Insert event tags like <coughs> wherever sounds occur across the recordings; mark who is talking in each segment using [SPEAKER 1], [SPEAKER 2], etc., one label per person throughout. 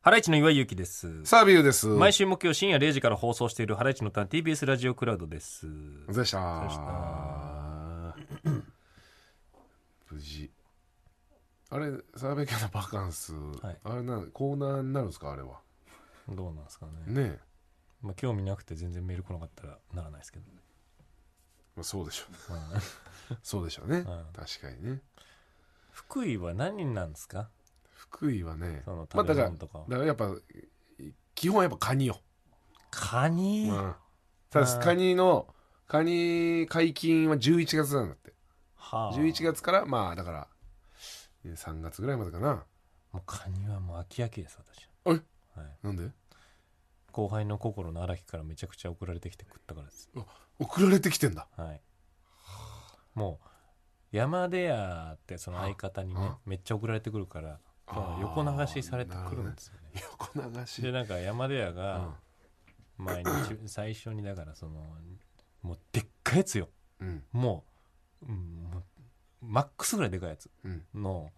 [SPEAKER 1] ハライチの岩井ゆきです。
[SPEAKER 2] サービューです。
[SPEAKER 1] 毎週木曜深夜0時から放送しているハライチのターン TBS ラジオクラウドです。
[SPEAKER 2] お疲れ様でした
[SPEAKER 1] お疲れ様でし <coughs>
[SPEAKER 2] 無事。あれ、サーベキャのバカンス、
[SPEAKER 1] はい
[SPEAKER 2] あれな、コーナーになるんですか、あれは。
[SPEAKER 1] どうなんですかね。
[SPEAKER 2] ねえ、
[SPEAKER 1] まあ、興味なくて全然メール来なかったらならないですけど、ね。
[SPEAKER 2] まあ、そうでしょう。
[SPEAKER 1] うん
[SPEAKER 2] そうでしょうね。 <laughs>
[SPEAKER 1] ん
[SPEAKER 2] 確かにね。
[SPEAKER 1] 福井は何なんですか
[SPEAKER 2] 福井はね、
[SPEAKER 1] その
[SPEAKER 2] まあ、だ
[SPEAKER 1] 食べ
[SPEAKER 2] から、
[SPEAKER 1] 物
[SPEAKER 2] だ
[SPEAKER 1] とかは
[SPEAKER 2] からやっぱ、基本はやっぱカニよ。
[SPEAKER 1] カニ、
[SPEAKER 2] う
[SPEAKER 1] は
[SPEAKER 2] ん。ただ、カニの、カニ解禁は11月なんだって。
[SPEAKER 1] あ
[SPEAKER 2] 11月から、まあ、だから、3月ぐらいまでかな。
[SPEAKER 1] もうカニはもう飽き飽きです私
[SPEAKER 2] あれ
[SPEAKER 1] はい、
[SPEAKER 2] なんで
[SPEAKER 1] 後輩の心の荒木からめちゃくちゃ送られてきて食ったからです
[SPEAKER 2] 送られてきてんだ。
[SPEAKER 1] はいもう山でやってその相方にね
[SPEAKER 2] うん
[SPEAKER 1] めっちゃ送られてくるから
[SPEAKER 2] あ
[SPEAKER 1] も
[SPEAKER 2] ー
[SPEAKER 1] う横流しされてくるんですよね
[SPEAKER 2] 横流
[SPEAKER 1] <laughs>
[SPEAKER 2] し。
[SPEAKER 1] でなんか山田屋
[SPEAKER 2] うん
[SPEAKER 1] が毎日最初にだからそのもうでっかいやつよ
[SPEAKER 2] うん
[SPEAKER 1] もう、うんもうマックスぐらいでかいやつ
[SPEAKER 2] うん
[SPEAKER 1] の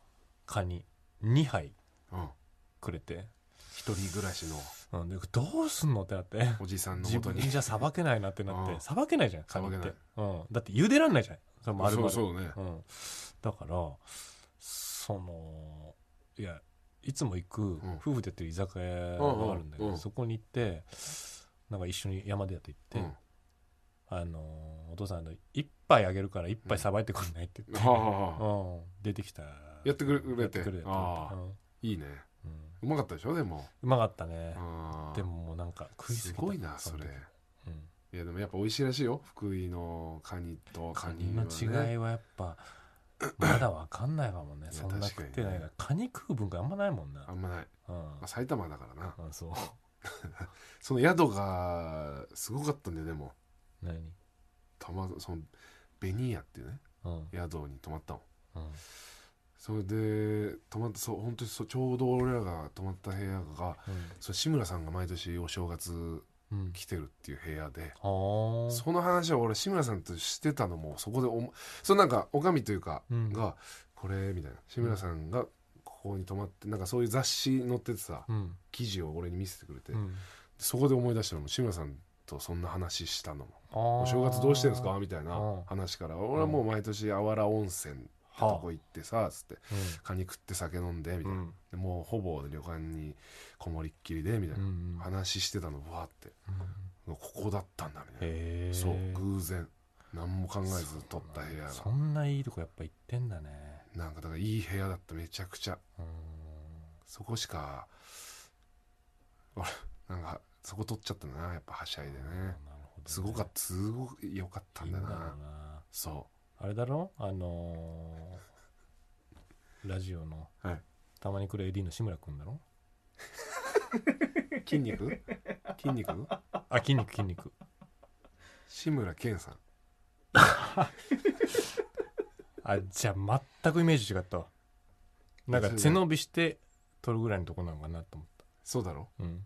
[SPEAKER 1] カニ2杯
[SPEAKER 2] うん
[SPEAKER 1] くれて、
[SPEAKER 2] 一人暮らしの
[SPEAKER 1] うん、でどうすんのってなって
[SPEAKER 2] おじさんの
[SPEAKER 1] 自
[SPEAKER 2] 元
[SPEAKER 1] 分
[SPEAKER 2] に
[SPEAKER 1] じゃさばけないなってなっ
[SPEAKER 2] う
[SPEAKER 1] て
[SPEAKER 2] ん
[SPEAKER 1] さばけないじゃんカニっ
[SPEAKER 2] 捌け
[SPEAKER 1] て
[SPEAKER 2] ない、
[SPEAKER 1] うん、だって茹でらんないじゃんそれ丸
[SPEAKER 2] そ
[SPEAKER 1] 々
[SPEAKER 2] うそうね
[SPEAKER 1] うん、だからそのいやいつも行く
[SPEAKER 2] ん
[SPEAKER 1] 夫婦でやってる居酒屋があるんだけど、
[SPEAKER 2] うんうん
[SPEAKER 1] そこに行ってなんか一緒に山でやって行って、
[SPEAKER 2] うん
[SPEAKER 1] あのーお父さんあの一杯あげるから一杯さばいてくんないって言って、
[SPEAKER 2] はあはあはあ
[SPEAKER 1] うん出てきた
[SPEAKER 2] やってくれて
[SPEAKER 1] やってくれて
[SPEAKER 2] ああ
[SPEAKER 1] うん
[SPEAKER 2] いいね
[SPEAKER 1] うん
[SPEAKER 2] うまかったでしょでも
[SPEAKER 1] うまかったね
[SPEAKER 2] あー
[SPEAKER 1] でももうなんか食いす
[SPEAKER 2] す
[SPEAKER 1] ぎた
[SPEAKER 2] ごいなそれ
[SPEAKER 1] の時うん
[SPEAKER 2] いやでもやっぱ美味しいらしいよ福井のカニとカ
[SPEAKER 1] カ
[SPEAKER 2] ニ
[SPEAKER 1] ニ
[SPEAKER 2] は
[SPEAKER 1] の
[SPEAKER 2] ね
[SPEAKER 1] 違いはやっ
[SPEAKER 2] <clears throat>
[SPEAKER 1] ぱまだわかんないかもね
[SPEAKER 2] や
[SPEAKER 1] そんな
[SPEAKER 2] 確
[SPEAKER 1] 食っ
[SPEAKER 2] かにね
[SPEAKER 1] てないからカニ食う文化あんまないもんな
[SPEAKER 2] あんまない、
[SPEAKER 1] うん
[SPEAKER 2] まあ、埼玉だからな
[SPEAKER 1] あそう <laughs>
[SPEAKER 2] その宿がすごかったんだよでも
[SPEAKER 1] 何
[SPEAKER 2] たまそのベニーヤっていうね
[SPEAKER 1] うん
[SPEAKER 2] 宿に泊まったの
[SPEAKER 1] うん
[SPEAKER 2] それで泊まったそう本当にそうちょうど俺らが泊まった部屋がそう志村さんが毎年お正月
[SPEAKER 1] うんうん
[SPEAKER 2] 来てるっていう部屋で
[SPEAKER 1] はあ
[SPEAKER 2] その話を俺志村さんとしてたのもそこでおもそうなんかおかみというか
[SPEAKER 1] うん
[SPEAKER 2] がこれみたいな志村さんがここに泊まってなんかそういう雑誌載っててさ
[SPEAKER 1] うん
[SPEAKER 2] 記事を俺に見せてくれて
[SPEAKER 1] うん
[SPEAKER 2] そこで思い出したのも志村さんとそんな話したのも
[SPEAKER 1] あー
[SPEAKER 2] お正月どうしてるんですかみたい
[SPEAKER 1] うん
[SPEAKER 2] な話から俺はもう毎年あわら温泉ってとこ行ってさつってカニ食って酒飲んでみ
[SPEAKER 1] う
[SPEAKER 2] たいなんでもうほぼ旅館にこもりっきりでみたい
[SPEAKER 1] うんう
[SPEAKER 2] なん話してたのぶわってここだったんだみたいな。
[SPEAKER 1] へえ
[SPEAKER 2] そう偶然何も考えず撮った部屋
[SPEAKER 1] そ
[SPEAKER 2] が
[SPEAKER 1] んないいとこやっぱ行ってんだね
[SPEAKER 2] なんかだからいい部屋だっためちゃくちゃ
[SPEAKER 1] うん
[SPEAKER 2] そこしか俺なんかそこ撮っちゃったなやっぱはしゃいでね
[SPEAKER 1] なるほどね
[SPEAKER 2] すごかったすごく良かった
[SPEAKER 1] いい
[SPEAKER 2] ん
[SPEAKER 1] ん
[SPEAKER 2] だ
[SPEAKER 1] だ
[SPEAKER 2] な
[SPEAKER 1] ろうな
[SPEAKER 2] そ
[SPEAKER 1] あれだろあのーラジオの
[SPEAKER 2] う、はい、
[SPEAKER 1] たまに来る AD の志村くんだろ
[SPEAKER 2] 筋
[SPEAKER 1] <laughs>
[SPEAKER 2] 肉筋肉
[SPEAKER 1] あ筋肉筋肉
[SPEAKER 2] 志村けんさん
[SPEAKER 1] あじゃあ全くイメージ違ったわなんか背伸びして取るぐらいのとこなのかなと思っ
[SPEAKER 2] そうだろ
[SPEAKER 1] た、うん、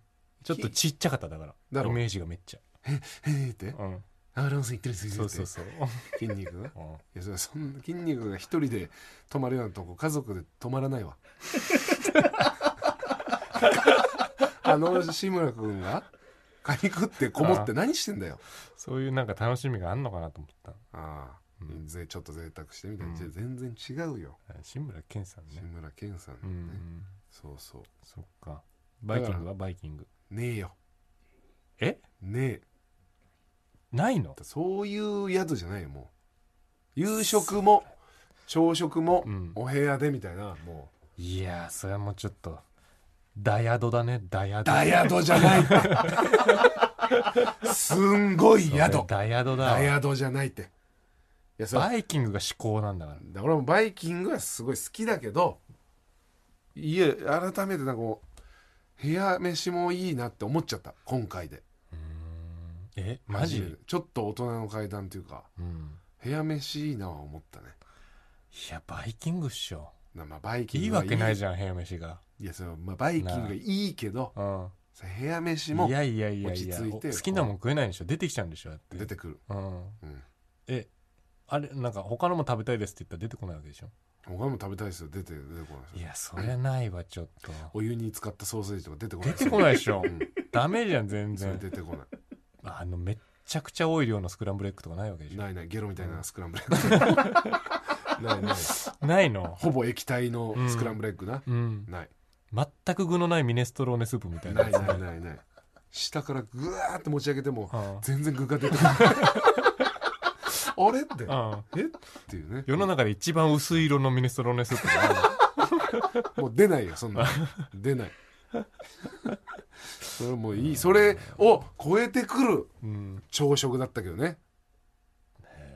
[SPEAKER 1] ちょっとちっちゃかっただから
[SPEAKER 2] だろ
[SPEAKER 1] イメージがめっちゃ、
[SPEAKER 2] へえって
[SPEAKER 1] うん、
[SPEAKER 2] あランス行ってるんです
[SPEAKER 1] そ
[SPEAKER 2] よ
[SPEAKER 1] うそう
[SPEAKER 2] 筋
[SPEAKER 1] そう、
[SPEAKER 2] 肉がい
[SPEAKER 1] うん
[SPEAKER 2] やそれそんな筋肉が一人で泊まるようなとこ家族で泊まらないわ <laughs> あの志村君がカニ食ってこもって何してんだよ
[SPEAKER 1] そういうなんか楽しみがあんのかなと思った
[SPEAKER 2] ああ、
[SPEAKER 1] うん
[SPEAKER 2] ぜちょっと贅沢してみたいな、
[SPEAKER 1] うん
[SPEAKER 2] じゃあ全然違うよ
[SPEAKER 1] あ志村けんさん
[SPEAKER 2] 志
[SPEAKER 1] ね
[SPEAKER 2] 村けんさんね、
[SPEAKER 1] うん、うん、
[SPEAKER 2] そうそう
[SPEAKER 1] そっかバイキングはバイキング
[SPEAKER 2] ねえよ
[SPEAKER 1] え
[SPEAKER 2] ねえ
[SPEAKER 1] ないの
[SPEAKER 2] だそういう宿じゃないよもう夕食も朝食も
[SPEAKER 1] うん
[SPEAKER 2] お部屋でみたいな、もう
[SPEAKER 1] いやーそれはもうちょっとダヤドだねダヤド
[SPEAKER 2] ダ宿じゃないってすんごい
[SPEAKER 1] それ
[SPEAKER 2] 宿
[SPEAKER 1] ダヤドだわ
[SPEAKER 2] ダヤドじゃないって。いや、そう。
[SPEAKER 1] バイキングが至高なんだから
[SPEAKER 2] だ俺もバイキングはすごい好きだけど、いえ、改めてなんかもう、部屋飯もいいなって思っちゃった、今回で。
[SPEAKER 1] うーんえマジ
[SPEAKER 2] 初めてちょっと大人の階段というか、
[SPEAKER 1] うん
[SPEAKER 2] 部屋飯いいなは思ったね。
[SPEAKER 1] いやバイキングっしょ
[SPEAKER 2] なまあ、バイキン
[SPEAKER 1] い
[SPEAKER 2] グ
[SPEAKER 1] いわけない
[SPEAKER 2] じ
[SPEAKER 1] じゃん部屋飯が
[SPEAKER 2] ゃん。いや、それはまあ、バイキングがいいけど、
[SPEAKER 1] うん
[SPEAKER 2] それ部屋飯も
[SPEAKER 1] いやいやいや
[SPEAKER 2] 落
[SPEAKER 1] い
[SPEAKER 2] ち
[SPEAKER 1] や
[SPEAKER 2] 着い
[SPEAKER 1] お
[SPEAKER 2] て
[SPEAKER 1] 好きなもん食えないでしょ出てきちゃうんでしょだって
[SPEAKER 2] 出てくる。
[SPEAKER 1] うん
[SPEAKER 2] うん。
[SPEAKER 1] えあれなんか他のも食べたいですって言ったら出てこないわけでしょ
[SPEAKER 2] 他にも食べたいですよ出て出てこないです
[SPEAKER 1] い
[SPEAKER 2] よ
[SPEAKER 1] やそりゃないわちょっと
[SPEAKER 2] お湯に使ったソーセージとか出てこない
[SPEAKER 1] 出
[SPEAKER 2] で
[SPEAKER 1] て
[SPEAKER 2] すよ
[SPEAKER 1] こないでしょ
[SPEAKER 2] うん
[SPEAKER 1] ダメじゃん全
[SPEAKER 2] それ
[SPEAKER 1] 然
[SPEAKER 2] 出てこな
[SPEAKER 1] あのめっちゃくちゃ多い量のスクランブルエッグとかないわけで
[SPEAKER 2] い
[SPEAKER 1] しょ
[SPEAKER 2] ないないゲロみたいなスクランブルエッグ <laughs> ないない
[SPEAKER 1] ないの
[SPEAKER 2] ほぼ液体のスクランブルエッグな、
[SPEAKER 1] うん
[SPEAKER 2] ない
[SPEAKER 1] 全く具のないミネストローネスープみたいな
[SPEAKER 2] な
[SPEAKER 1] やつね
[SPEAKER 2] いないないない下からぐわーって持ち上げても
[SPEAKER 1] うん
[SPEAKER 2] 全然具が出てこ
[SPEAKER 1] <laughs>
[SPEAKER 2] ないあれって
[SPEAKER 1] うん
[SPEAKER 2] えっていうね
[SPEAKER 1] 世の中で一番薄い色のミネストローネスープ
[SPEAKER 2] もう出ないよそ
[SPEAKER 1] <laughs>
[SPEAKER 2] んなの出ない <laughs> それもういいそれを超えてくる
[SPEAKER 1] うん
[SPEAKER 2] 朝食だったけどね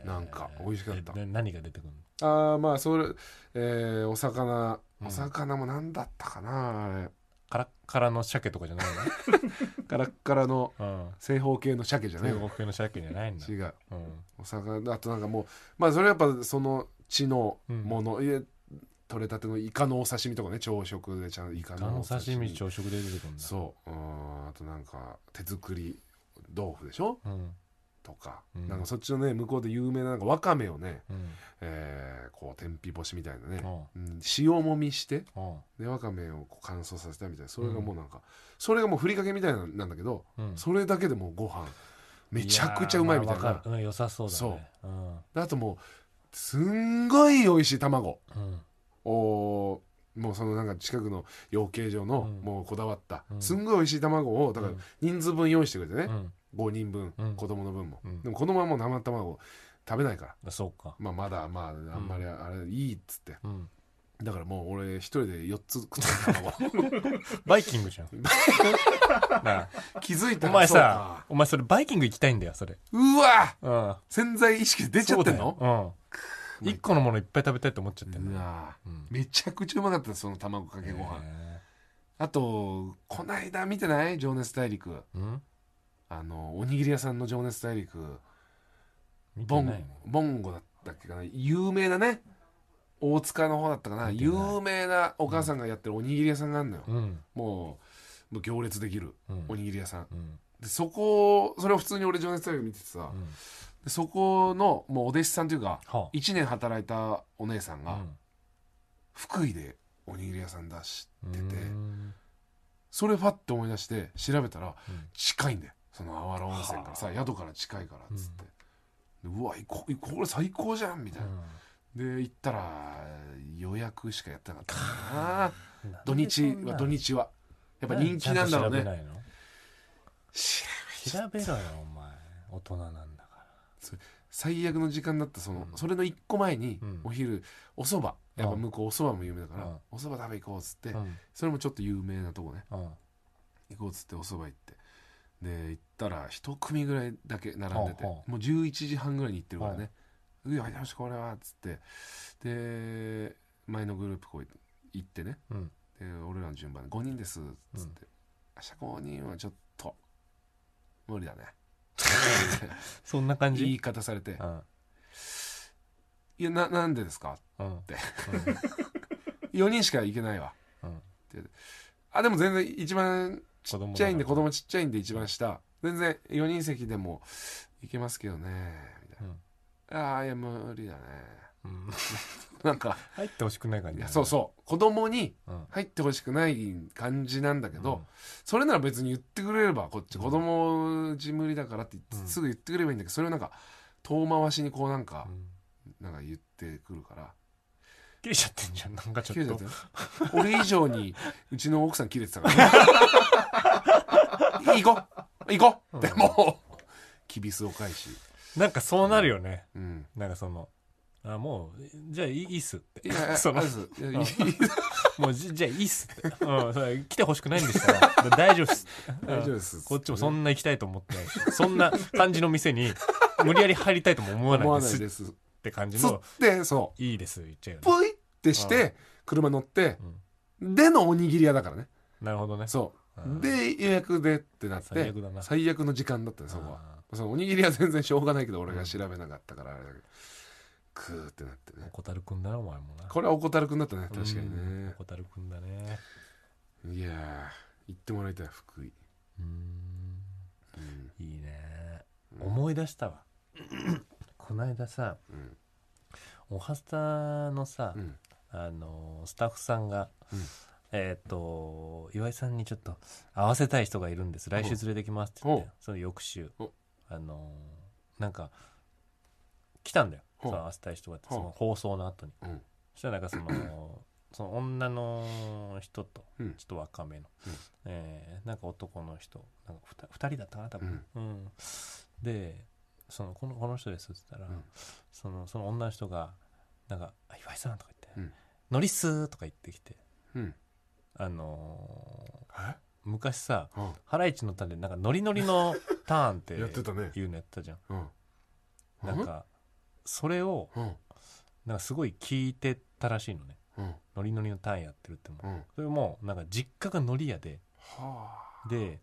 [SPEAKER 2] なんか美味しかった
[SPEAKER 1] えな何が出てくるの
[SPEAKER 2] ああまあそれ、えーお魚
[SPEAKER 1] うん
[SPEAKER 2] お魚も何だったかな、あれ
[SPEAKER 1] カラッカラの鮭とかじゃない
[SPEAKER 2] カラッカラの
[SPEAKER 1] のうん
[SPEAKER 2] 正方形の鮭じゃない
[SPEAKER 1] 中国系の鮭じゃないんだ
[SPEAKER 2] 違う
[SPEAKER 1] うん
[SPEAKER 2] お魚あとなんかもうまあそれはやっぱその地のもの、いえ取れたてのイカのお刺身とかね朝食でちゃんとイカ
[SPEAKER 1] あ
[SPEAKER 2] の
[SPEAKER 1] の
[SPEAKER 2] お刺
[SPEAKER 1] 刺
[SPEAKER 2] 身
[SPEAKER 1] 身朝食で出てくるんだ
[SPEAKER 2] そううんあとなんか手作り豆腐でしょ
[SPEAKER 1] うん
[SPEAKER 2] とか、
[SPEAKER 1] うん
[SPEAKER 2] なんかそっちのね向こうで有名ななんかわかめをね、
[SPEAKER 1] うん
[SPEAKER 2] えーこう天日干しみたいなね、
[SPEAKER 1] う
[SPEAKER 2] うん塩もみして
[SPEAKER 1] ん
[SPEAKER 2] でわかめをこう乾燥させたみたいなそれがもうなんか、それがもうふりかけみたいななんだけど、
[SPEAKER 1] うん
[SPEAKER 2] それだけでもうご飯めちゃくちゃうまいみたい
[SPEAKER 1] や
[SPEAKER 2] な
[SPEAKER 1] ーまあわかるうん良さそうだねうん
[SPEAKER 2] であともうすんごい美味しい卵
[SPEAKER 1] うん
[SPEAKER 2] おーもうそのなんか近くの養鶏場の
[SPEAKER 1] うん
[SPEAKER 2] もうこだわった、
[SPEAKER 1] うん
[SPEAKER 2] すんごい美味しい卵をだから人数分用意してくれてね
[SPEAKER 1] う、ん
[SPEAKER 2] 5人分、
[SPEAKER 1] うん
[SPEAKER 2] 子供の分も、
[SPEAKER 1] うん
[SPEAKER 2] でも子供はもう生卵食べないから、
[SPEAKER 1] あそうか
[SPEAKER 2] まあ、まだまああんまりあれいいっつって、
[SPEAKER 1] うん
[SPEAKER 2] だからもう俺一人で4つ食った卵
[SPEAKER 1] <laughs> バイキングじ
[SPEAKER 2] <laughs>
[SPEAKER 1] ゃんなあ
[SPEAKER 2] 気づいた
[SPEAKER 1] お
[SPEAKER 2] ら
[SPEAKER 1] 前
[SPEAKER 2] そうか
[SPEAKER 1] さお前それバイキング行きたいんだよそれ
[SPEAKER 2] うわ
[SPEAKER 1] うん
[SPEAKER 2] 潜在意識で出ちゃってんの
[SPEAKER 1] そうだようん一個のものいっぱい食べたいと思っちゃってん
[SPEAKER 2] う
[SPEAKER 1] だ
[SPEAKER 2] わ
[SPEAKER 1] うん
[SPEAKER 2] めちゃくちゃうまかったその卵かけご飯、
[SPEAKER 1] へ
[SPEAKER 2] あとこないだ見てない情熱大陸
[SPEAKER 1] ーうん
[SPEAKER 2] あのおにぎり屋さんの情熱大陸
[SPEAKER 1] 見て
[SPEAKER 2] ボ
[SPEAKER 1] ない
[SPEAKER 2] ン
[SPEAKER 1] の
[SPEAKER 2] ボンゴだったっけかな有名なね大塚の方だったかな
[SPEAKER 1] 見てない
[SPEAKER 2] 有名なお母さんがやってるおにぎり屋さんがあるのよ、
[SPEAKER 1] うん
[SPEAKER 2] もうもう行列できる
[SPEAKER 1] うん
[SPEAKER 2] おにぎり屋さん
[SPEAKER 1] うん
[SPEAKER 2] でそこをそれを普通に俺情熱大陸見ててさ、
[SPEAKER 1] うん
[SPEAKER 2] でそこのもうお弟子さんというか
[SPEAKER 1] は
[SPEAKER 2] 1年働いたお姉さん
[SPEAKER 1] あ
[SPEAKER 2] が福井でおにぎり屋さん出し
[SPEAKER 1] うん
[SPEAKER 2] てて、
[SPEAKER 1] うん
[SPEAKER 2] それファッて思い出して調べたら
[SPEAKER 1] うん
[SPEAKER 2] 近いんだよそのあわら温泉からさ宿から近いからっつって、ううわここれ最高じゃんみたいな、で行ったら予約しかやってなかったか
[SPEAKER 1] うん
[SPEAKER 2] な土日は土日はやっぱ人気なんだろう
[SPEAKER 1] ちゃと調べ
[SPEAKER 2] ね
[SPEAKER 1] ないの
[SPEAKER 2] 知ら
[SPEAKER 1] 調べろよお前大人なんだから
[SPEAKER 2] 最悪の時間だったその、
[SPEAKER 1] うん
[SPEAKER 2] それの1個前に
[SPEAKER 1] うん
[SPEAKER 2] お昼お蕎麦やっぱ
[SPEAKER 1] うん
[SPEAKER 2] 向こうお蕎麦も有名だから、
[SPEAKER 1] うん
[SPEAKER 2] お蕎麦食べ行こうっつって、
[SPEAKER 1] うん
[SPEAKER 2] それもちょっと有名なとこね
[SPEAKER 1] うん
[SPEAKER 2] 行こうっつってお蕎麦行ってで行ったら一組ぐらいだけ並んでて、
[SPEAKER 1] うんうん
[SPEAKER 2] もう11時半ぐらいに行ってるからね「うわよしこれは」っつってで前のグループこう行ってね
[SPEAKER 1] うん
[SPEAKER 2] で俺らの順番で「5人です」っつって「明日5人はちょっと無理だね」
[SPEAKER 1] そんな感じ
[SPEAKER 2] 言い方されて
[SPEAKER 1] うん
[SPEAKER 2] 「いやななんでですか?」 <laughs>
[SPEAKER 1] うん
[SPEAKER 2] て4人しか行けないわ
[SPEAKER 1] うん
[SPEAKER 2] あでも全然一番ちっちゃいんで
[SPEAKER 1] 子
[SPEAKER 2] 子
[SPEAKER 1] 供
[SPEAKER 2] 供ちっちゃいんで一番下全然4人席でも行けますけどねみたいな、ああいや無理だね
[SPEAKER 1] うん
[SPEAKER 2] なんか
[SPEAKER 1] 入ってほしくない感
[SPEAKER 2] い
[SPEAKER 1] じ
[SPEAKER 2] やそうそう子供に
[SPEAKER 1] うんうん
[SPEAKER 2] 入ってほしくない感じなんだけど、それなら別に言ってくれればこっち子供うち無理だからって言って
[SPEAKER 1] うん
[SPEAKER 2] すぐ言ってくれればいいんだけどそれをなんか遠回しにこうなんか
[SPEAKER 1] うん
[SPEAKER 2] なんか言ってくるから
[SPEAKER 1] 切れちゃってんじゃんなんかち
[SPEAKER 2] 切
[SPEAKER 1] ょ
[SPEAKER 2] れ
[SPEAKER 1] っ
[SPEAKER 2] ちゃ
[SPEAKER 1] と
[SPEAKER 2] ったよ俺以上にうちの奥さん切れてた
[SPEAKER 1] <laughs>
[SPEAKER 2] から、行こう行こうってもう <laughs> きびすを返し
[SPEAKER 1] なんかそうなるよね
[SPEAKER 2] うん
[SPEAKER 1] なんかそのあもうじゃあいいいいっすって
[SPEAKER 2] いや
[SPEAKER 1] その
[SPEAKER 2] あれですいやいい
[SPEAKER 1] もうじじゃあいいっすって、うん、そ <laughs> れ来てほしくないんでしたら大丈夫っす
[SPEAKER 2] <laughs> 大丈夫
[SPEAKER 1] うん
[SPEAKER 2] です
[SPEAKER 1] こっちもそんな行きたいと思ってないしそんな感じの店
[SPEAKER 2] <laughs>
[SPEAKER 1] に無理やり入りたいとも思わな
[SPEAKER 2] 思
[SPEAKER 1] い
[SPEAKER 2] わ
[SPEAKER 1] で
[SPEAKER 2] ない
[SPEAKER 1] すっ
[SPEAKER 2] です
[SPEAKER 1] て感じ
[SPEAKER 2] つっ
[SPEAKER 1] の
[SPEAKER 2] てそ
[SPEAKER 1] いいです言っちゃうよ
[SPEAKER 2] う
[SPEAKER 1] ね
[SPEAKER 2] ぷいってして車乗ってでのおにぎり屋だからね
[SPEAKER 1] なるほどね
[SPEAKER 2] そ
[SPEAKER 1] うん
[SPEAKER 2] うで予約でってなって
[SPEAKER 1] 最悪だな
[SPEAKER 2] 最悪の時間だったねそこは
[SPEAKER 1] あ
[SPEAKER 2] そのおにぎりは全然しょうがないけど俺が調べなかったからあれだけどクーってなって
[SPEAKER 1] ー
[SPEAKER 2] ね
[SPEAKER 1] 小樽くんだなお前もな
[SPEAKER 2] これはおこたるくんだったね確かに
[SPEAKER 1] うん
[SPEAKER 2] ね
[SPEAKER 1] 小樽くんだね
[SPEAKER 2] いやー行ってもらいたい福井、
[SPEAKER 1] うん
[SPEAKER 2] うん
[SPEAKER 1] いいね思い出した
[SPEAKER 2] <laughs>
[SPEAKER 1] わこないださ
[SPEAKER 2] うん
[SPEAKER 1] おはスタのさ、
[SPEAKER 2] うん
[SPEAKER 1] あのスタッフさんが、
[SPEAKER 2] うん
[SPEAKER 1] えーっと岩井さんにちょっと会わせたい人がいるんです来週連れてきますって言って
[SPEAKER 2] お
[SPEAKER 1] その翌週
[SPEAKER 2] お
[SPEAKER 1] あのなんか来たんだよ
[SPEAKER 2] お
[SPEAKER 1] その会わせたい人がって
[SPEAKER 2] お
[SPEAKER 1] その放送の後に
[SPEAKER 2] うん
[SPEAKER 1] そしたらなんかそ
[SPEAKER 2] <coughs>
[SPEAKER 1] のその女の人と
[SPEAKER 2] うん
[SPEAKER 1] ちょっと若めの、
[SPEAKER 2] うん
[SPEAKER 1] えーなんか男の人なんか 2, 人だったかな多分、うんでそのこの「この人です」って言ったら、
[SPEAKER 2] うん
[SPEAKER 1] そのその女の人が「なんかあ岩井さん」とか言って「
[SPEAKER 2] うん
[SPEAKER 1] ノリっす」とか言ってきて
[SPEAKER 2] うん
[SPEAKER 1] あの
[SPEAKER 2] え
[SPEAKER 1] ー昔さ
[SPEAKER 2] うん
[SPEAKER 1] ハライチのターンでなんかノリノリの <laughs> ターンって
[SPEAKER 2] やってたね
[SPEAKER 1] いうのやったじゃん
[SPEAKER 2] うん
[SPEAKER 1] なんかそれを
[SPEAKER 2] うん
[SPEAKER 1] なんかすごい聞いてたらしいのね
[SPEAKER 2] うん
[SPEAKER 1] ノリノリのターンやってるっても
[SPEAKER 2] うんは
[SPEAKER 1] それもなんか実家が海苔屋で
[SPEAKER 2] あ
[SPEAKER 1] で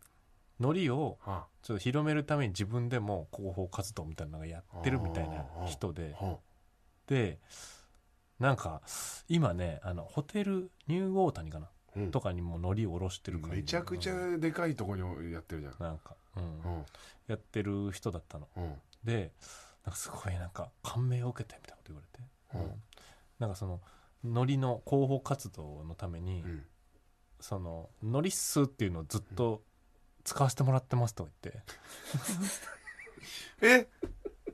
[SPEAKER 1] 海苔を
[SPEAKER 2] は
[SPEAKER 1] ちょっと広めるために自分でも広報活動みたいなのがやってるみたいな人で
[SPEAKER 2] あは
[SPEAKER 1] でなんか今ねあのホテルニューオータニかな
[SPEAKER 2] あうん
[SPEAKER 1] とかにも海苔をろしてる感じ
[SPEAKER 2] めちゃくちゃでかいとこにやってるじゃん
[SPEAKER 1] なんか、うん
[SPEAKER 2] うん
[SPEAKER 1] やってる人だったの
[SPEAKER 2] うん
[SPEAKER 1] でなんかすごいなんか感銘を受けてみたいなこと言われて、
[SPEAKER 2] うん
[SPEAKER 1] なんかその海苔の広報活動のために、
[SPEAKER 2] うん
[SPEAKER 1] その「ノリっす」っていうのをずっと使わせてもらってますとか言って
[SPEAKER 2] え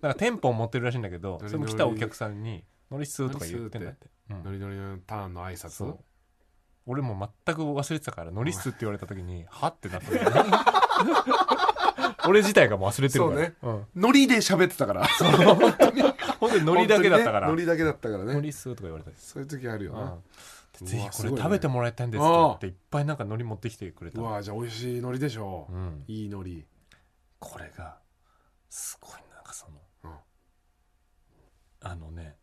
[SPEAKER 1] なんか店舗を持ってるらしいんだけど
[SPEAKER 2] ノリノリ
[SPEAKER 1] それも来たお客さんに「ノリっす」とか言ってんだって、うん
[SPEAKER 2] ノリノリのターンの挨拶
[SPEAKER 1] そう
[SPEAKER 2] を
[SPEAKER 1] 俺も全く忘れてたから「ノリっす」って言われた時に「は?」ってなったんだよね <laughs> 俺自体がもう忘れてるからうん
[SPEAKER 2] ノリで喋って
[SPEAKER 1] <laughs>
[SPEAKER 2] たから
[SPEAKER 1] ほんでノリだけだったから「
[SPEAKER 2] 本当にねノリだけだったから
[SPEAKER 1] ノ
[SPEAKER 2] ね
[SPEAKER 1] リっす」とか言われたり
[SPEAKER 2] そういう時あるよ
[SPEAKER 1] う
[SPEAKER 2] なん
[SPEAKER 1] でぜひこ
[SPEAKER 2] すごい
[SPEAKER 1] れ
[SPEAKER 2] ね
[SPEAKER 1] 食べてもらいたいんですって言っていっぱいなんか海苔持ってきてくれた
[SPEAKER 2] う
[SPEAKER 1] の
[SPEAKER 2] わじゃあ美味しいノリでしょ
[SPEAKER 1] うん
[SPEAKER 2] いいノリ
[SPEAKER 1] これがすごいなんかその
[SPEAKER 2] うん
[SPEAKER 1] あのね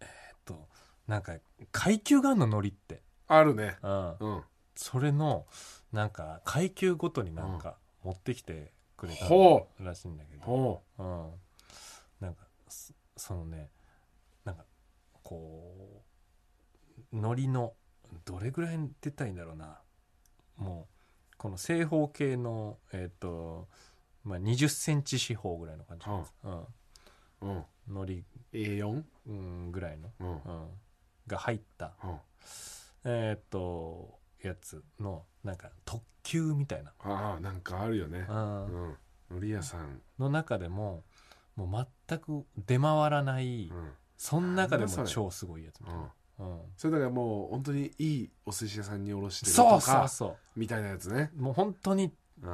[SPEAKER 1] えーっとなんか階級があるの海苔って、
[SPEAKER 2] あるね
[SPEAKER 1] うん、
[SPEAKER 2] うん
[SPEAKER 1] それのなんか階級ごとになんか持ってきてくれた
[SPEAKER 2] ほ
[SPEAKER 1] らしいんだけど、
[SPEAKER 2] ほ
[SPEAKER 1] うん、なんかそそのねなんかこう海苔のどれぐらい出たいんだろうなもうこの正方形のえっ、とまあ2 0センチ四方ぐらいの感じ、うん、
[SPEAKER 2] ううん
[SPEAKER 1] 海苔、
[SPEAKER 2] A4
[SPEAKER 1] うん、ぐらいの、
[SPEAKER 2] うんうん
[SPEAKER 1] うん、が入ったえっ、とやつのなんか特急みたいな、
[SPEAKER 2] ああなんかあるよね
[SPEAKER 1] うん
[SPEAKER 2] うんノリ屋さん
[SPEAKER 1] の中でももう全く出回らない、
[SPEAKER 2] うん
[SPEAKER 1] その中で
[SPEAKER 2] なんだそ
[SPEAKER 1] も
[SPEAKER 2] れ
[SPEAKER 1] 超すごいやつみた
[SPEAKER 2] う
[SPEAKER 1] い
[SPEAKER 2] ん
[SPEAKER 1] な、うん
[SPEAKER 2] それだからもう本当にいいお寿司屋さんにおろしてると
[SPEAKER 1] そうそう
[SPEAKER 2] か
[SPEAKER 1] そ
[SPEAKER 2] みたいなやつね
[SPEAKER 1] うもう本当に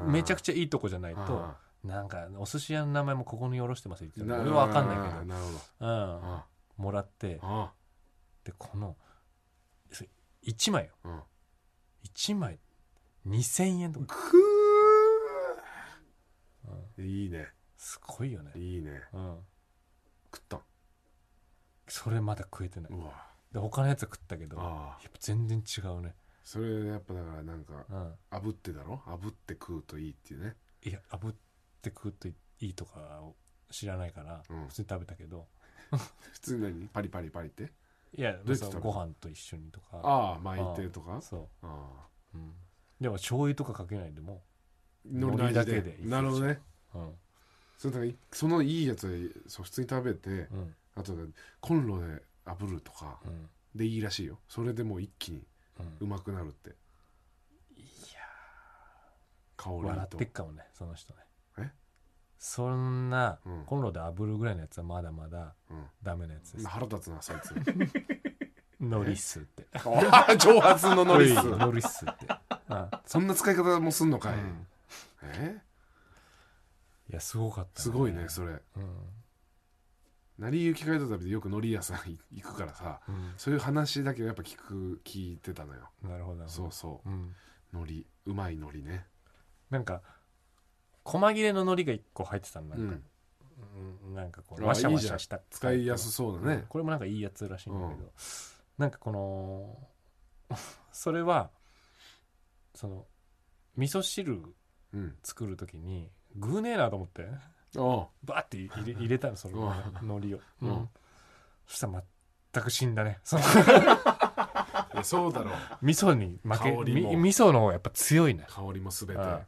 [SPEAKER 1] めちゃく
[SPEAKER 2] ち
[SPEAKER 1] ちゃいいとこじゃないと
[SPEAKER 2] あ
[SPEAKER 1] なんかお寿司屋の名前もここにおろしてますって
[SPEAKER 2] あ
[SPEAKER 1] 言ってた俺は分かんないけ
[SPEAKER 2] なるほど
[SPEAKER 1] ど、うん、
[SPEAKER 2] あ
[SPEAKER 1] もらって
[SPEAKER 2] あ
[SPEAKER 1] でこの1枚よ
[SPEAKER 2] ああ
[SPEAKER 1] 1枚2,000円とか、
[SPEAKER 2] く
[SPEAKER 1] うん
[SPEAKER 2] ーいいね
[SPEAKER 1] すごいよね、
[SPEAKER 2] いいね
[SPEAKER 1] うん、
[SPEAKER 2] 食った
[SPEAKER 1] それまだ食えてないう
[SPEAKER 2] わ
[SPEAKER 1] で他のやつは食ったけどやっ
[SPEAKER 2] ああ
[SPEAKER 1] ぱ全然違うね、
[SPEAKER 2] それやっぱだからなんか
[SPEAKER 1] うん、
[SPEAKER 2] 炙ってだろ炙って食うといいっていうね
[SPEAKER 1] いや炙って食うといいとかを知らないから、
[SPEAKER 2] うん
[SPEAKER 1] 普通に食べたけど
[SPEAKER 2] 普通に何パリパリパリって
[SPEAKER 1] いや
[SPEAKER 2] うやって
[SPEAKER 1] その
[SPEAKER 2] 食べ
[SPEAKER 1] ご
[SPEAKER 2] た
[SPEAKER 1] 飯と一緒にとか
[SPEAKER 2] ああ巻いてとか
[SPEAKER 1] そ
[SPEAKER 2] ああ
[SPEAKER 1] う、うん、でも醤油とかかけないでも、
[SPEAKER 2] 海苔の
[SPEAKER 1] 海苔
[SPEAKER 2] 味
[SPEAKER 1] だ
[SPEAKER 2] で
[SPEAKER 1] けで
[SPEAKER 2] なるほどね
[SPEAKER 1] うん
[SPEAKER 2] それだからそのいいやつはそう普通に食べて
[SPEAKER 1] うん
[SPEAKER 2] あとねコンロで炙るとか
[SPEAKER 1] うん
[SPEAKER 2] でいいらしいよそれでもう一気に
[SPEAKER 1] うん、
[SPEAKER 2] うまくなるって
[SPEAKER 1] いや
[SPEAKER 2] 香りと
[SPEAKER 1] 笑ってっかもねその人ね
[SPEAKER 2] え
[SPEAKER 1] そんな
[SPEAKER 2] うん
[SPEAKER 1] コンロで炙るぐらいのやつはまだまだ
[SPEAKER 2] うん
[SPEAKER 1] ダメなやつです
[SPEAKER 2] 腹立つなそい
[SPEAKER 1] <laughs>
[SPEAKER 2] つ <laughs>
[SPEAKER 1] ノリスって
[SPEAKER 2] 挑発のノリっす
[SPEAKER 1] うんノリスって、うん
[SPEAKER 2] そんな使い方もすんのかい、
[SPEAKER 1] うん
[SPEAKER 2] え
[SPEAKER 1] いやすごかった
[SPEAKER 2] すごいねそれ
[SPEAKER 1] うん
[SPEAKER 2] 成り行き街道旅でよくのり屋さん行くからさ
[SPEAKER 1] うん
[SPEAKER 2] そういう話だけどやっぱ聞く聞いてたのよ
[SPEAKER 1] なるほどなるほど、
[SPEAKER 2] そうそう
[SPEAKER 1] ん、
[SPEAKER 2] うのりうまいのりね
[SPEAKER 1] なんか細切れの海苔が1個入ってたのなん
[SPEAKER 2] う
[SPEAKER 1] か、
[SPEAKER 2] ん
[SPEAKER 1] うんなんかこう
[SPEAKER 2] あ
[SPEAKER 1] ワシャワシャした
[SPEAKER 2] 使いやすそうだね
[SPEAKER 1] これもなんかいいやつらしいんだけど、なんかこの <laughs> それはその味噌汁
[SPEAKER 2] うん
[SPEAKER 1] 作る時に具ねえなと思って
[SPEAKER 2] あ
[SPEAKER 1] バーって入れ入れたのその海苔を、
[SPEAKER 2] うん
[SPEAKER 1] そしたら全く死んだね
[SPEAKER 2] <laughs>
[SPEAKER 1] その
[SPEAKER 2] あいやそうだろう
[SPEAKER 1] 味噌に負け
[SPEAKER 2] 香
[SPEAKER 1] み
[SPEAKER 2] りも
[SPEAKER 1] 味噌の方がやっぱ強いね
[SPEAKER 2] 香りも全て
[SPEAKER 1] ああ
[SPEAKER 2] いや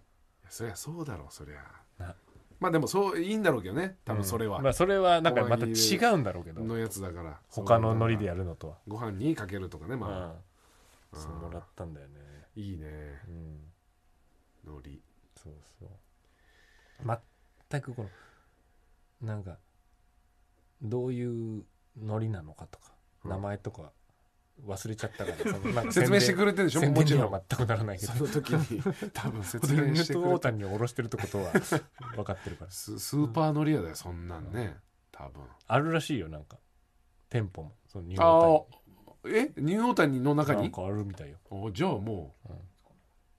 [SPEAKER 2] そりゃそうだろうそりゃ
[SPEAKER 1] な
[SPEAKER 2] まあでもそういいんだろうけどね多分それは、
[SPEAKER 1] うんまあ、それはなんかまた違うんだろうけど
[SPEAKER 2] のやつだから
[SPEAKER 1] 他のノリで
[SPEAKER 2] や
[SPEAKER 1] やるのとは、
[SPEAKER 2] ご飯にかけるとかねま
[SPEAKER 1] う
[SPEAKER 2] あ、
[SPEAKER 1] ん、そうもらっ
[SPEAKER 2] あ
[SPEAKER 1] たんだよね
[SPEAKER 2] ーいいね
[SPEAKER 1] うん
[SPEAKER 2] 海苔
[SPEAKER 1] そうそう全くこのなんかどういうノリなのかとか、
[SPEAKER 2] うん
[SPEAKER 1] 名前とか忘れちゃった <laughs> からそのなんか
[SPEAKER 2] 説明して
[SPEAKER 1] れ
[SPEAKER 2] くれてるでしょ
[SPEAKER 1] 宣
[SPEAKER 2] も
[SPEAKER 1] 伝
[SPEAKER 2] ち
[SPEAKER 1] に
[SPEAKER 2] ろん
[SPEAKER 1] は全くならないけど
[SPEAKER 2] その時に
[SPEAKER 1] <laughs>
[SPEAKER 2] 多分説
[SPEAKER 1] ル
[SPEAKER 2] 明
[SPEAKER 1] ネ
[SPEAKER 2] して
[SPEAKER 1] ッ
[SPEAKER 2] く
[SPEAKER 1] ト
[SPEAKER 2] れ
[SPEAKER 1] 大
[SPEAKER 2] て
[SPEAKER 1] 谷を下ろしてるってこと <laughs> は分かってるから
[SPEAKER 2] ススーパーノリ屋だよそんなんね多分
[SPEAKER 1] あるらしいよなんか店舗もそのニュー
[SPEAKER 2] あ
[SPEAKER 1] ヨ
[SPEAKER 2] あーえニューオータニの中
[SPEAKER 1] ークにな
[SPEAKER 2] に
[SPEAKER 1] んかあるみたいよ、
[SPEAKER 2] おじゃあもう
[SPEAKER 1] うん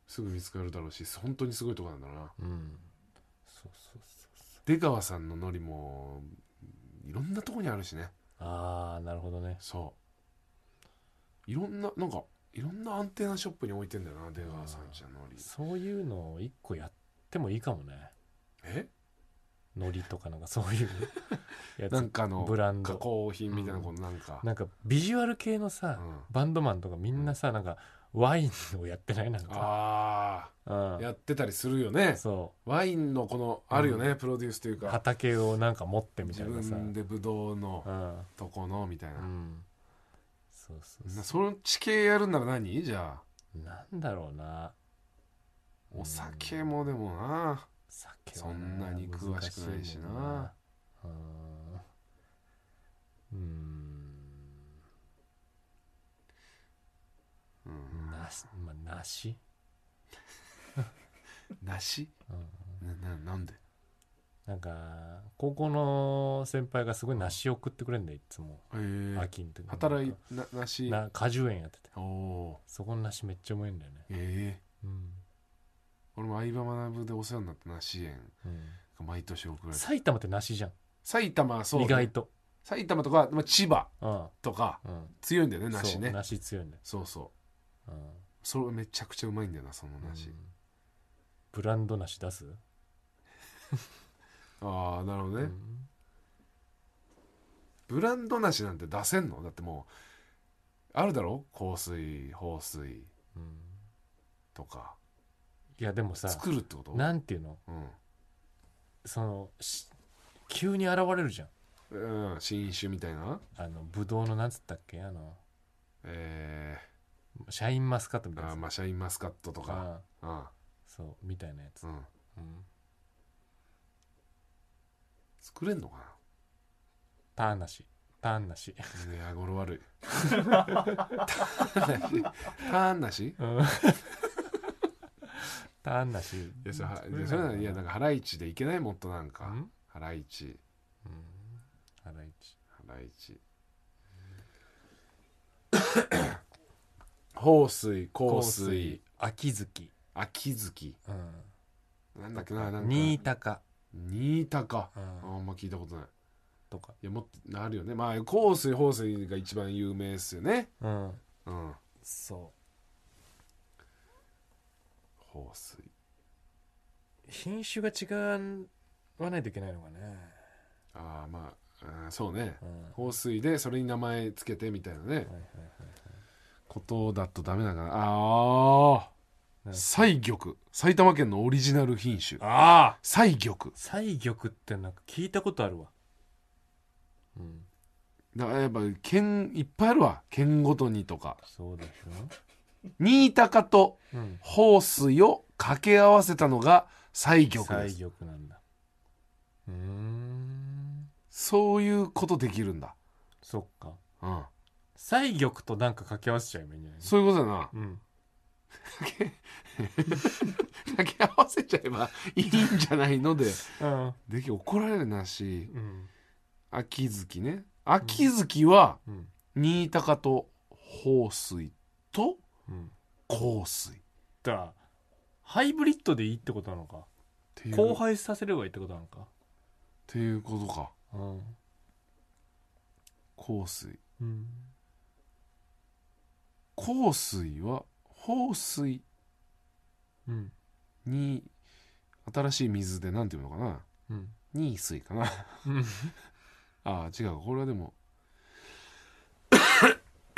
[SPEAKER 2] すぐ見つかるだろうし本当にすごいとこなんだろうな
[SPEAKER 1] うん、そうそうそうそう
[SPEAKER 2] 出川さんのノリもいろんなとこにあるしね
[SPEAKER 1] ああなるほどね
[SPEAKER 2] そういろんななんかいろんなアンテナショップに置いてんだよな出川さんちのノリ
[SPEAKER 1] そういうのを一個やってもいいかもね
[SPEAKER 2] え
[SPEAKER 1] ノリとかなんかそう
[SPEAKER 2] <laughs>
[SPEAKER 1] いうや
[SPEAKER 2] なん
[SPEAKER 1] つ
[SPEAKER 2] かの
[SPEAKER 1] ブラン
[SPEAKER 2] 加
[SPEAKER 1] ド
[SPEAKER 2] 工品みたいなことなんか、
[SPEAKER 1] なんかビジュアル系のさ、
[SPEAKER 2] うん
[SPEAKER 1] バンドマンとかみんなさなんかワインをやってないなんか
[SPEAKER 2] あ
[SPEAKER 1] うん
[SPEAKER 2] あやってたりするよね
[SPEAKER 1] そ
[SPEAKER 2] ワインのこのあるよね、プロデュースという
[SPEAKER 1] う
[SPEAKER 2] か
[SPEAKER 1] 畑をなんか持ってみた
[SPEAKER 2] 自
[SPEAKER 1] いなさ
[SPEAKER 2] 分でブドウの
[SPEAKER 1] うん
[SPEAKER 2] とこのみたいな、
[SPEAKER 1] うんそうそう
[SPEAKER 2] な
[SPEAKER 1] そ
[SPEAKER 2] その地形やるなら何じゃあ
[SPEAKER 1] うなんだろうな
[SPEAKER 2] お酒もでもな
[SPEAKER 1] 酒
[SPEAKER 2] そんなに詳しくないし
[SPEAKER 1] 難しい
[SPEAKER 2] な
[SPEAKER 1] もんなうーん
[SPEAKER 2] うん、
[SPEAKER 1] なしまあなし
[SPEAKER 2] 梨
[SPEAKER 1] うん
[SPEAKER 2] なななんで
[SPEAKER 1] なんか高校の先輩がすごい梨を食ってくれんだよいつも
[SPEAKER 2] へえ
[SPEAKER 1] 秋の時に
[SPEAKER 2] 働いな梨
[SPEAKER 1] な果樹園やってて
[SPEAKER 2] おお
[SPEAKER 1] そこの梨めっちゃうまいんだよね
[SPEAKER 2] ーええ
[SPEAKER 1] うん、
[SPEAKER 2] 俺も相葉学でお世話になった梨園
[SPEAKER 1] う
[SPEAKER 2] が毎年送ら
[SPEAKER 1] ん、
[SPEAKER 2] れて
[SPEAKER 1] 埼玉って梨じゃん、
[SPEAKER 2] 埼玉そうね、
[SPEAKER 1] 意外と
[SPEAKER 2] 埼玉とか、まあ、千葉
[SPEAKER 1] うん
[SPEAKER 2] とか
[SPEAKER 1] うん
[SPEAKER 2] 強いんだよね
[SPEAKER 1] そ
[SPEAKER 2] 梨
[SPEAKER 1] う
[SPEAKER 2] ね
[SPEAKER 1] 梨強いんだよ、
[SPEAKER 2] そうそう
[SPEAKER 1] うん、
[SPEAKER 2] それめちゃくちゃうまいんだよなその梨、
[SPEAKER 1] うんブランド梨出す、
[SPEAKER 2] ああなるほど
[SPEAKER 1] う
[SPEAKER 2] ね、
[SPEAKER 1] ん
[SPEAKER 2] ブランド梨なんて出せんのだってもうあるだろ香水放水
[SPEAKER 1] うん
[SPEAKER 2] とか
[SPEAKER 1] いやでもさ
[SPEAKER 2] 作るってこと
[SPEAKER 1] なんていうの
[SPEAKER 2] う
[SPEAKER 1] そのし急に現れるじゃん
[SPEAKER 2] ん、うん、新種みたいな
[SPEAKER 1] あのブドウのなんつったっけあの
[SPEAKER 2] え
[SPEAKER 1] シャインマスカットみ
[SPEAKER 2] ー、
[SPEAKER 1] たいな
[SPEAKER 2] あ
[SPEAKER 1] や
[SPEAKER 2] ー
[SPEAKER 1] つ
[SPEAKER 2] まあシャインマスカットとか
[SPEAKER 1] ああ
[SPEAKER 2] うん
[SPEAKER 1] そうみたいなやつ、
[SPEAKER 2] うん
[SPEAKER 1] うん、
[SPEAKER 2] 作れんのか
[SPEAKER 1] ターン梨ターン梨、
[SPEAKER 2] ないや語呂悪い <laughs> ターン梨
[SPEAKER 1] うん、ターン梨い
[SPEAKER 2] ターン梨いやそれはいやそれならいやなんかハライチでいけないもっとなんかハライチ
[SPEAKER 1] うんハライチ
[SPEAKER 2] ハライ <coughs> チ放水香水
[SPEAKER 1] 秋月、
[SPEAKER 2] 秋月
[SPEAKER 1] うん、
[SPEAKER 2] なんだっけななんか
[SPEAKER 1] 新高、
[SPEAKER 2] 新高
[SPEAKER 1] う
[SPEAKER 2] あ
[SPEAKER 1] ん、
[SPEAKER 2] んま聞いたことない
[SPEAKER 1] とか、
[SPEAKER 2] いやもっとあるよねまあ香水放水が一番有名ですよね
[SPEAKER 1] うん、
[SPEAKER 2] うん
[SPEAKER 1] そ
[SPEAKER 2] 放水
[SPEAKER 1] う品種が違わないといけないのかね、
[SPEAKER 2] ああまああーそうね
[SPEAKER 1] うんは
[SPEAKER 2] 放水でそれに名前つけてみたいなね
[SPEAKER 1] いはいはい
[SPEAKER 2] ことだとダメなのかなあ
[SPEAKER 1] な
[SPEAKER 2] あ
[SPEAKER 1] んか
[SPEAKER 2] 西玉埼玉県のオリジナル品種
[SPEAKER 1] ああ
[SPEAKER 2] 西玉
[SPEAKER 1] 西玉ってなんか聞いたことあるわうん
[SPEAKER 2] だからやっぱ県いっぱいあるわ県ごとにとか
[SPEAKER 1] そうでし
[SPEAKER 2] 新高と
[SPEAKER 1] ょ、うん、
[SPEAKER 2] 放水を掛け合わせたのが西玉で
[SPEAKER 1] 西
[SPEAKER 2] す
[SPEAKER 1] 玉なんだうーん
[SPEAKER 2] そういうことできるんだ
[SPEAKER 1] そっか
[SPEAKER 2] うん
[SPEAKER 1] 西玉となんか掛け合わせちゃえばいいんじゃない
[SPEAKER 2] そういうことだな
[SPEAKER 1] うん
[SPEAKER 2] 掛け合わせちゃえばいいんじゃないので
[SPEAKER 1] うん
[SPEAKER 2] でき怒られるなし
[SPEAKER 1] うん
[SPEAKER 2] 秋月ね秋月は
[SPEAKER 1] うん
[SPEAKER 2] 新高と放水と
[SPEAKER 1] うん
[SPEAKER 2] 香水っ
[SPEAKER 1] だからハイブリッドでいいってことなのか
[SPEAKER 2] ていう
[SPEAKER 1] 交
[SPEAKER 2] っ
[SPEAKER 1] 配させればいいってことなのか
[SPEAKER 2] ていうことか
[SPEAKER 1] うん、
[SPEAKER 2] 香水
[SPEAKER 1] うん、
[SPEAKER 2] 香水は放水
[SPEAKER 1] うん
[SPEAKER 2] に新しい水でなんていうのかな
[SPEAKER 1] うん
[SPEAKER 2] ニー水かな <laughs>
[SPEAKER 1] うん
[SPEAKER 2] ああ違うこれはでも <coughs>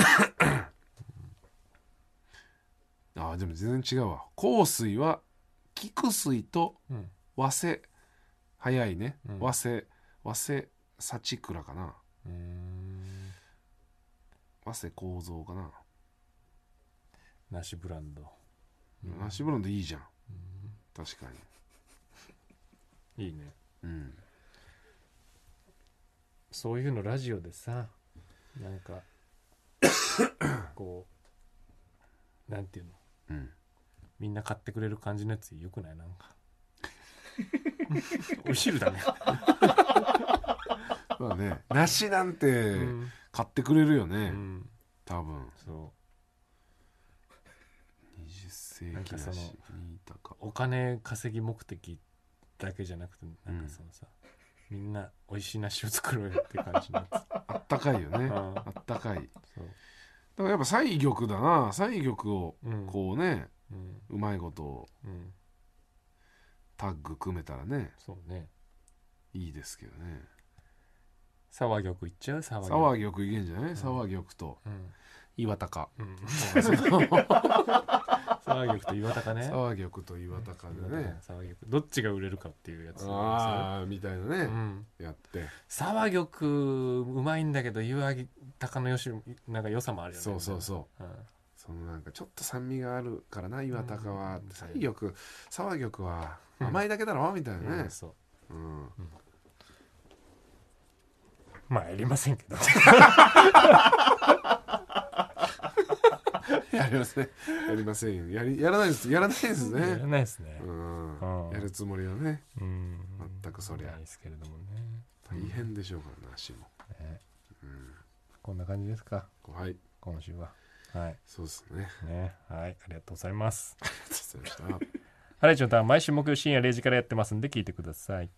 [SPEAKER 2] ああでも全然違うわ香水は菊水と
[SPEAKER 1] うん
[SPEAKER 2] 早生早いね、
[SPEAKER 1] うん
[SPEAKER 2] 早瀬早瀬幸倉かな
[SPEAKER 1] うーん
[SPEAKER 2] 早瀬構造かな、
[SPEAKER 1] 梨ブランドうん
[SPEAKER 2] ナッシュブランドいいじゃん
[SPEAKER 1] う
[SPEAKER 2] 確かに
[SPEAKER 1] んいいね
[SPEAKER 2] うん
[SPEAKER 1] そういうのラジオでさなんかこうなんていうの <laughs>
[SPEAKER 2] うん
[SPEAKER 1] みんな買ってくれる感じのやつよくないなんか <laughs> お昼 <laughs> だね、
[SPEAKER 2] まあね梨なんて
[SPEAKER 1] うん
[SPEAKER 2] 買ってくれるよね、
[SPEAKER 1] うん
[SPEAKER 2] 多分
[SPEAKER 1] そ
[SPEAKER 2] 20世
[SPEAKER 1] なん
[SPEAKER 2] 紀
[SPEAKER 1] か
[SPEAKER 2] だ
[SPEAKER 1] その
[SPEAKER 2] し新高
[SPEAKER 1] うお金稼ぎ目的だけじゃなくてなんかそのさ、みんな美味しい梨を作ろうよって感じのやつ
[SPEAKER 2] あったかいよ
[SPEAKER 1] <laughs>
[SPEAKER 2] ね
[SPEAKER 1] うん
[SPEAKER 2] あったかいだか
[SPEAKER 1] そう
[SPEAKER 2] らやっぱ西玉だな西玉を
[SPEAKER 1] うん
[SPEAKER 2] こうね
[SPEAKER 1] うん
[SPEAKER 2] うまいこと
[SPEAKER 1] うん
[SPEAKER 2] タッグ組めたらね
[SPEAKER 1] そうね
[SPEAKER 2] いいですけどね
[SPEAKER 1] 沢玉行っちゃう沢玉
[SPEAKER 2] 沢玉いけんじゃない沢玉と
[SPEAKER 1] うん
[SPEAKER 2] 岩高
[SPEAKER 1] うん、 <laughs>
[SPEAKER 2] 沢
[SPEAKER 1] 沢玉と岩高ね
[SPEAKER 2] 玉と岩高で
[SPEAKER 1] 岩
[SPEAKER 2] ね
[SPEAKER 1] 高沢玉どっちが売れるかっていうやつ
[SPEAKER 2] ああみたいな
[SPEAKER 1] う
[SPEAKER 2] ね
[SPEAKER 1] ん、
[SPEAKER 2] やって
[SPEAKER 1] 沢玉うまいんだけど岩高のよしなんか良さもあるよね
[SPEAKER 2] そうそうそう
[SPEAKER 1] うん、
[SPEAKER 2] そのなんかちょっと酸味があるからな岩高は
[SPEAKER 1] うん
[SPEAKER 2] 西玉沢玉は
[SPEAKER 1] うん
[SPEAKER 2] 甘いだけだろみたい
[SPEAKER 1] うん
[SPEAKER 2] なね
[SPEAKER 1] そう
[SPEAKER 2] うん <laughs>
[SPEAKER 1] まあやりませんけど
[SPEAKER 2] やりますねやりませんよやりやらないですやらないです
[SPEAKER 1] <laughs> やら
[SPEAKER 2] ね
[SPEAKER 1] ないですね
[SPEAKER 2] うん
[SPEAKER 1] うん
[SPEAKER 2] やるつもりはね
[SPEAKER 1] うん
[SPEAKER 2] 全くそりゃ
[SPEAKER 1] ないですけれどもね
[SPEAKER 2] 大変でしょうからな足も
[SPEAKER 1] ね
[SPEAKER 2] うん
[SPEAKER 1] こんな感じですか
[SPEAKER 2] はい
[SPEAKER 1] 今週ははい
[SPEAKER 2] そうですね
[SPEAKER 1] ねはいありがとうございます
[SPEAKER 2] ありがとうございました
[SPEAKER 1] ハライチのターン毎週木曜深夜0時からやってますんで聞いてください